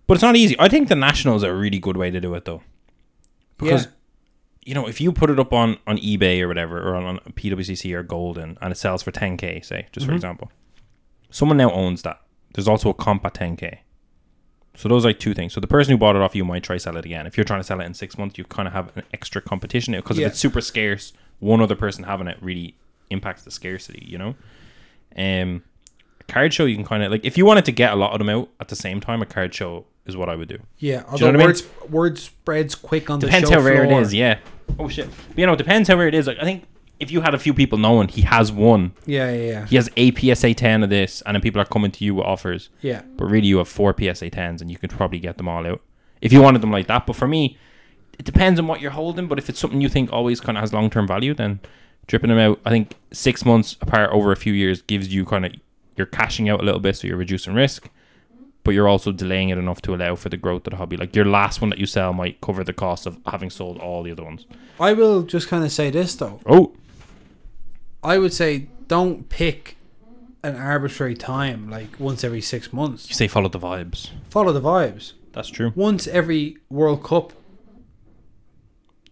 [SPEAKER 3] But it's not easy. I think the national is a really good way to do it though. Because
[SPEAKER 1] Yeah.
[SPEAKER 3] you know, if you put it up on on eBay or whatever, or on, on PWCC or Golden, and it sells for 10k, say, just for example, someone now owns that. There's also a comp at 10k. So those are like two things. So the person who bought it off you might try sell it again. If you're trying to sell it in six months, you kind of have an extra competition because
[SPEAKER 1] Yeah.
[SPEAKER 3] if it's super scarce, one other person having it really impacts the scarcity. You know, um, card show, you can kind of like if you wanted to get a lot of them out at the same time, a card show is what I would do.
[SPEAKER 1] Yeah, although
[SPEAKER 3] what I mean?
[SPEAKER 1] word, sp- word spreads quick on
[SPEAKER 3] Depends
[SPEAKER 1] the show
[SPEAKER 3] how rare
[SPEAKER 1] floor.
[SPEAKER 3] it is. Yeah. Oh shit. But, you know, it depends how rare it is. Like I think if you had a few people knowing he has one,
[SPEAKER 1] Yeah, yeah, yeah.
[SPEAKER 3] he has a PSA ten of this, and then people are coming to you with offers.
[SPEAKER 1] Yeah.
[SPEAKER 3] But really, you have four PSA tens, and you could probably get them all out if you wanted them like that. But for me, it depends on what you're holding. But if it's something you think always kind of has long term value, then dripping them out. I think six months apart over a few years gives you kind of you're cashing out a little bit, so you're reducing risk, but you're also delaying it enough to allow for the growth of the hobby. Like your last one that you sell might cover the cost of having sold all the other ones.
[SPEAKER 1] I will just kind of say this though.
[SPEAKER 3] Oh,
[SPEAKER 1] I would say don't pick an arbitrary time like once every six
[SPEAKER 3] you
[SPEAKER 1] months.
[SPEAKER 3] say follow the vibes.
[SPEAKER 1] Follow the vibes.
[SPEAKER 3] That's true.
[SPEAKER 1] Once every World Cup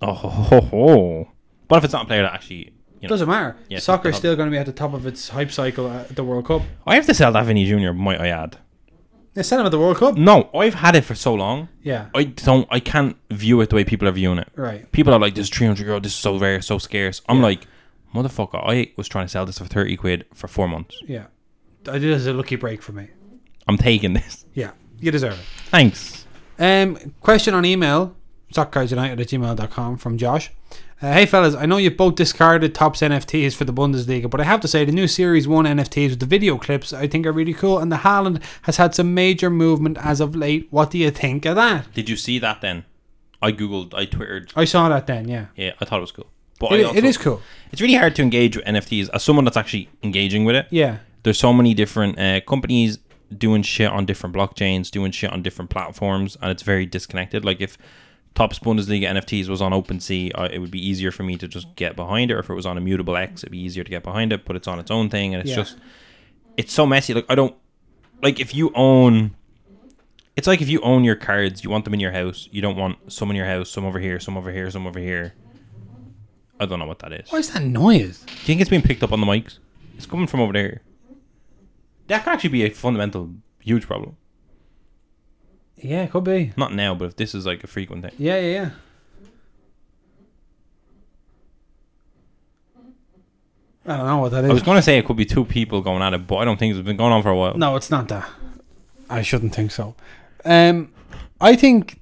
[SPEAKER 3] Oh, ho, ho, ho. but if it's not a player that actually, you know,
[SPEAKER 1] doesn't matter.
[SPEAKER 3] Yeah,
[SPEAKER 1] Soccer's
[SPEAKER 3] it's
[SPEAKER 1] still going to be at the top of its hype cycle at the World Cup.
[SPEAKER 3] I have to sell that Vinny Junior. Might I add?
[SPEAKER 1] They sell them at the World Cup.
[SPEAKER 3] No, I've had it for so long.
[SPEAKER 1] Yeah,
[SPEAKER 3] I don't. I can't view it the way people are viewing it.
[SPEAKER 1] right.
[SPEAKER 3] People are like, "This three hundred euro. This is so rare, so scarce." I'm like, "Motherfucker, I was trying to sell this for thirty quid for four months.
[SPEAKER 1] Yeah, I did as a lucky break for me.
[SPEAKER 3] I'm taking this. [laughs]
[SPEAKER 1] Yeah, you deserve it.
[SPEAKER 3] Thanks."
[SPEAKER 1] Um, question on email soccercardsunited at gmail.com from Josh. Uh, hey fellas, I know you've both discarded Topps NFTs for the Bundesliga, but I have to say the new Series 1 NFTs with the video clips I think are really cool, and the Haaland has had some major movement as of late. What do you think of that?
[SPEAKER 3] Did you see that? Then I googled. I twittered.
[SPEAKER 1] I saw that then, yeah.
[SPEAKER 3] Yeah, I thought it was cool. But I
[SPEAKER 1] It,
[SPEAKER 3] also-
[SPEAKER 1] it is cool.
[SPEAKER 3] It's really hard to engage with NFTs as someone that's actually engaging with it.
[SPEAKER 1] Yeah,
[SPEAKER 3] there's so many different uh, companies doing shit on different blockchains, doing shit on different platforms, and it's very disconnected. Like if Topps Bundesliga NFTs was on OpenSea, uh, it would be easier for me to just get behind it. Or if it was on Immutable X, it'd be easier to get behind it. But it's on its own thing, and it's
[SPEAKER 1] Yeah.
[SPEAKER 3] just it's so messy. Like I don't like if you own. It's like if you own your cards, you want them in your house. You don't want some in your house, some over here, some over here, some over here. I don't know what that is.
[SPEAKER 1] What is that noise?
[SPEAKER 3] Do you think it's being picked up on the mics? It's coming from over there. That could actually be a fundamental, huge problem.
[SPEAKER 1] Yeah, it could be.
[SPEAKER 3] Not now, but if this is like a frequent thing.
[SPEAKER 1] Yeah, yeah, yeah. I don't know what that is.
[SPEAKER 3] I was going to say it could be two people going at it, but I don't think it's been going on for a while.
[SPEAKER 1] No, it's not that. I shouldn't think so. Um, I think.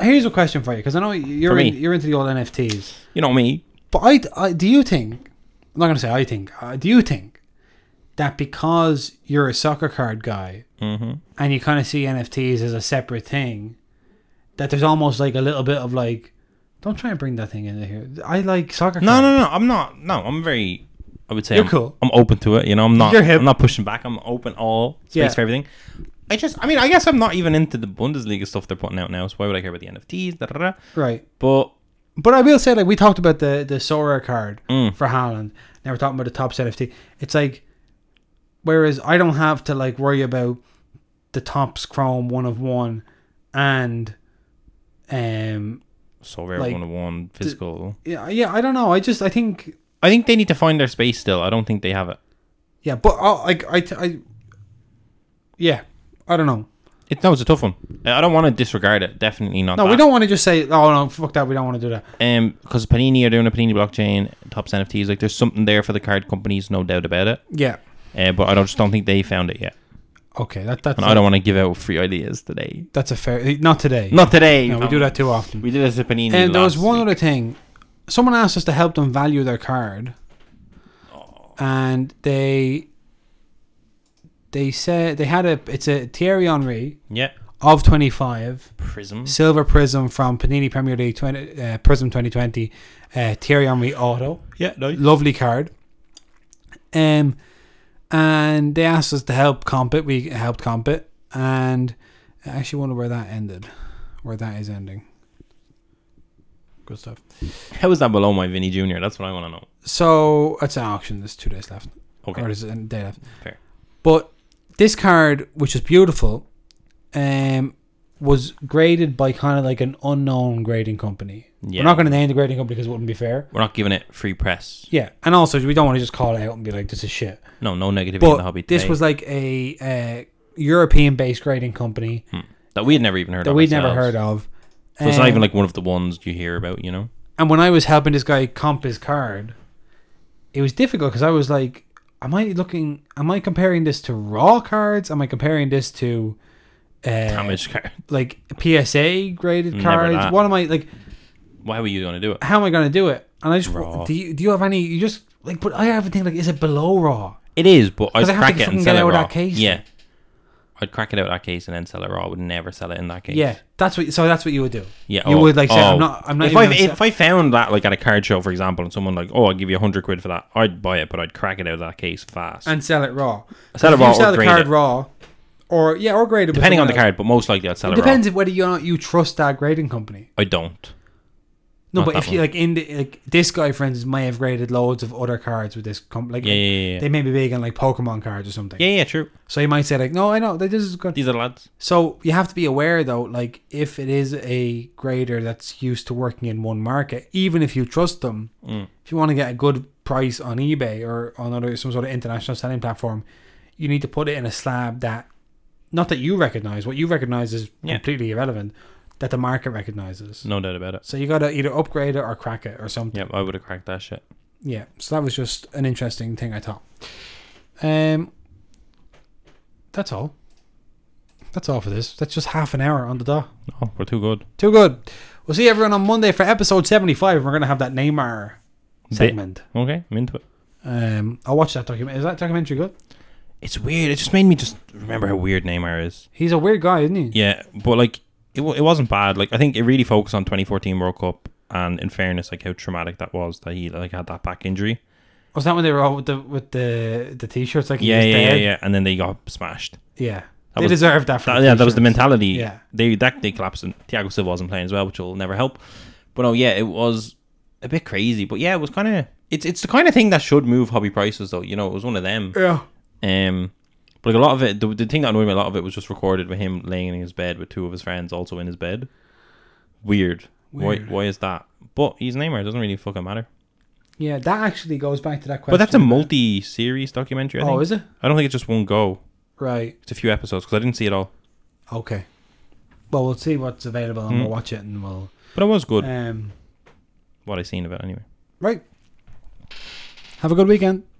[SPEAKER 1] Here's a question for you because I know you're
[SPEAKER 3] For
[SPEAKER 1] in,
[SPEAKER 3] me?
[SPEAKER 1] you're into the old NFTs,
[SPEAKER 3] You know me.
[SPEAKER 1] but I, I do you think? I'm not gonna say I think. Uh, do you think that because you're a soccer card guy
[SPEAKER 3] hmm
[SPEAKER 1] and you kind of see NFTs as a separate thing, that there's almost like a little bit of like, don't try and bring that thing into here. I like soccer.
[SPEAKER 3] No,
[SPEAKER 1] card.
[SPEAKER 3] no, no. I'm not. No, I'm very. I would say
[SPEAKER 1] You're
[SPEAKER 3] I'm,
[SPEAKER 1] cool.
[SPEAKER 3] I'm open to it. You know, I'm not.
[SPEAKER 1] You're hip.
[SPEAKER 3] I'm not pushing back. I'm open all space
[SPEAKER 1] Yeah.
[SPEAKER 3] for everything. I just. I mean, I guess I'm not even into the Bundesliga stuff they're putting out now. So why would I care about the NFTs? Da, da, da.
[SPEAKER 1] Right.
[SPEAKER 3] But
[SPEAKER 1] But I will say, like we talked about the the Sora card
[SPEAKER 3] Mm.
[SPEAKER 1] for Haaland. Now we're talking about the top NFT. It's like, whereas I don't have to like worry about the tops Chrome one of one, and um
[SPEAKER 3] so rare
[SPEAKER 1] Like,
[SPEAKER 3] one to one physical.
[SPEAKER 1] yeah yeah I don't know. I just I think
[SPEAKER 3] I think they need to find their space still. I don't think they have it.
[SPEAKER 1] yeah, but I like I t- I yeah I don't know.
[SPEAKER 3] It, no, it's a tough one. Uh, I don't want to disregard it. Definitely not.
[SPEAKER 1] No,
[SPEAKER 3] that.
[SPEAKER 1] we don't want to just say oh no fuck that we don't want to do that.
[SPEAKER 3] Um, because Panini are doing a Panini blockchain, tops NFTs. Like, there's something there for the card companies, no doubt about it.
[SPEAKER 1] Yeah.
[SPEAKER 3] Uh, but I don't, just don't think they found it yet,
[SPEAKER 1] Okay. That that's
[SPEAKER 3] and
[SPEAKER 1] a,
[SPEAKER 3] I don't want to give out free ideas today.
[SPEAKER 1] that's a fair not today.
[SPEAKER 3] Not today.
[SPEAKER 1] no, we
[SPEAKER 3] fam.
[SPEAKER 1] do that too often.
[SPEAKER 3] We did this at Panini.
[SPEAKER 1] And there was
[SPEAKER 3] last
[SPEAKER 1] one
[SPEAKER 3] week.
[SPEAKER 1] other thing. Someone asked us to help them value their card, and they they said they had a it's a Thierry Henry
[SPEAKER 3] Yeah.
[SPEAKER 1] of twenty five
[SPEAKER 3] Prism.
[SPEAKER 1] silver prism from Panini Premier League 20, uh, Prism twenty twenty uh, Thierry Henry auto
[SPEAKER 3] Yeah. Nice.
[SPEAKER 1] lovely card. Um, and they asked us to help comp it. We helped comp it, and I actually wonder where that ended, where that is ending. Good stuff.
[SPEAKER 3] How is that below my Vinny Junior? That's what I want to know.
[SPEAKER 1] So it's an auction. There's two days left,
[SPEAKER 3] Okay.
[SPEAKER 1] or there's a day left.
[SPEAKER 3] Fair.
[SPEAKER 1] But this card, which is beautiful, um, was graded by kind of like an unknown grading company.
[SPEAKER 3] Yeah.
[SPEAKER 1] We're not going to name the grading company because it wouldn't be fair.
[SPEAKER 3] We're not giving it free press.
[SPEAKER 1] Yeah, and also we don't want to just call it out and be like, "This is shit."
[SPEAKER 3] No, no negativity in the
[SPEAKER 1] But
[SPEAKER 3] hobby. Today
[SPEAKER 1] this was like a uh, European-based grading company
[SPEAKER 3] Mm. that we had never even heard
[SPEAKER 1] that
[SPEAKER 3] of.
[SPEAKER 1] we'd never
[SPEAKER 3] ourselves.
[SPEAKER 1] heard of.
[SPEAKER 3] So it's not
[SPEAKER 1] Um,
[SPEAKER 3] even like one of the ones you hear about. You know.
[SPEAKER 1] and when I was helping this guy comp his card, it was difficult because I was like, am I looking? Am I comparing this to raw cards? Am I comparing this to uh,
[SPEAKER 3] Damage card.
[SPEAKER 1] like PSA graded
[SPEAKER 3] Never
[SPEAKER 1] cards?
[SPEAKER 3] that.
[SPEAKER 1] What am I like?
[SPEAKER 3] [laughs] Why were you going to do it?
[SPEAKER 1] How am I gonna do it? And I just
[SPEAKER 3] Raw.
[SPEAKER 1] do you do you have any? You just like, but I have a thing like, is it below raw?
[SPEAKER 3] It is, but I'd
[SPEAKER 1] 'Cause I have to
[SPEAKER 3] crack it
[SPEAKER 1] fucking
[SPEAKER 3] and sell
[SPEAKER 1] get
[SPEAKER 3] it
[SPEAKER 1] out of
[SPEAKER 3] raw.
[SPEAKER 1] that case.
[SPEAKER 3] Yeah, I'd crack it out of that case and then sell it raw. I would never sell it in that case.
[SPEAKER 1] Yeah, that's what. So that's what you would do.
[SPEAKER 3] yeah.
[SPEAKER 1] you
[SPEAKER 3] oh,
[SPEAKER 1] would like say,
[SPEAKER 3] oh.
[SPEAKER 1] I'm not. I'm not.
[SPEAKER 3] If
[SPEAKER 1] even
[SPEAKER 3] I
[SPEAKER 1] gonna
[SPEAKER 3] if
[SPEAKER 1] sell-
[SPEAKER 3] I found that like at a card show, for example, and someone like, oh, I'll give you hundred quid for that, I'd buy it, but I'd crack it out of that case fast.
[SPEAKER 1] and sell it raw.
[SPEAKER 3] Sell it
[SPEAKER 1] If
[SPEAKER 3] raw
[SPEAKER 1] you
[SPEAKER 3] or
[SPEAKER 1] sell the
[SPEAKER 3] grade
[SPEAKER 1] card
[SPEAKER 3] it.
[SPEAKER 1] raw, or yeah, or graded. with
[SPEAKER 3] depending on the
[SPEAKER 1] someone else.
[SPEAKER 3] card, but most likely I'd sell
[SPEAKER 1] It
[SPEAKER 3] it,
[SPEAKER 1] depends if whether you or not you trust that grading company.
[SPEAKER 3] raw. I don't.
[SPEAKER 1] No,
[SPEAKER 3] Not
[SPEAKER 1] but
[SPEAKER 3] that
[SPEAKER 1] if you like in the, like this guy, for instance, may have graded loads of other cards with this company. Like,
[SPEAKER 3] Yeah, yeah, yeah, yeah.
[SPEAKER 1] they may be big on like Pokemon cards or something.
[SPEAKER 3] Yeah, yeah, true.
[SPEAKER 1] So you might say like, no, I know that this is good.
[SPEAKER 3] These are the lads.
[SPEAKER 1] So you have to be aware though, like if it is a grader that's used to working in one market, even if you trust them,
[SPEAKER 3] Mm.
[SPEAKER 1] if you want to get a good price on eBay or on other some sort of international selling platform, you need to put it in a slab that not that you recognize, what you recognize is
[SPEAKER 3] Yeah. Mm.
[SPEAKER 1] completely irrelevant, that the market recognizes.
[SPEAKER 3] No doubt about it.
[SPEAKER 1] So you gotta either upgrade it or crack it or something.
[SPEAKER 3] Yeah, I would have cracked that shit.
[SPEAKER 1] Yeah. So that was just an interesting thing I thought. Um That's all. That's all for this. That's just half an hour on the dot.
[SPEAKER 3] Oh, we're too good.
[SPEAKER 1] Too good. We'll see everyone on Monday for episode 75. We're going to have that Neymar
[SPEAKER 3] Bit.
[SPEAKER 1] segment.
[SPEAKER 3] Okay, I'm into it.
[SPEAKER 1] Um, I'll watch that documentary. Is that documentary good?
[SPEAKER 3] It's weird. It just made me just remember how weird Neymar is.
[SPEAKER 1] He's a weird guy, isn't he?
[SPEAKER 3] Yeah, but like it, w- it wasn't bad. Like I think it really focused on 2014 World Cup and in fairness, like how traumatic that was that he like had that back injury.
[SPEAKER 1] Was that when they were all with the with the the t-shirts? Like he
[SPEAKER 3] Yeah,
[SPEAKER 1] was
[SPEAKER 3] yeah, yeah,
[SPEAKER 1] dead?
[SPEAKER 3] yeah, and then they got smashed.
[SPEAKER 1] Yeah.
[SPEAKER 3] That
[SPEAKER 1] they
[SPEAKER 3] was-
[SPEAKER 1] deserved that. For
[SPEAKER 3] That,
[SPEAKER 1] the
[SPEAKER 3] yeah, that was the
[SPEAKER 1] t-shirts.
[SPEAKER 3] mentality.
[SPEAKER 1] Yeah.
[SPEAKER 3] they that they collapsed, and Thiago Silva wasn't playing as well, which will never help. But no, yeah, it was a bit crazy. But yeah, it was kind of it's it's the kind of thing that should move hobby prices though. You know, it was one of them.
[SPEAKER 1] Yeah.
[SPEAKER 3] Um, but like a lot of it, the, the thing that annoyed me a lot of it was just recorded with him laying in his bed with two of his friends also in his bed. Weird.
[SPEAKER 1] Weird.
[SPEAKER 3] Why? Why is that? But he's Neymar. It doesn't really fucking matter.
[SPEAKER 1] Yeah, that actually goes back to that question.
[SPEAKER 3] But that's a multi-series documentary. I
[SPEAKER 1] Oh,
[SPEAKER 3] think.
[SPEAKER 1] is it?
[SPEAKER 3] I don't think it's just one go.
[SPEAKER 1] Right.
[SPEAKER 3] It's a few episodes because I didn't see it all.
[SPEAKER 1] Okay. Well, we'll see what's available and
[SPEAKER 3] Mm.
[SPEAKER 1] we'll watch it and we'll.
[SPEAKER 3] But it was good.
[SPEAKER 1] Um,
[SPEAKER 3] what I seen of it anyway.
[SPEAKER 1] right. Have a good weekend.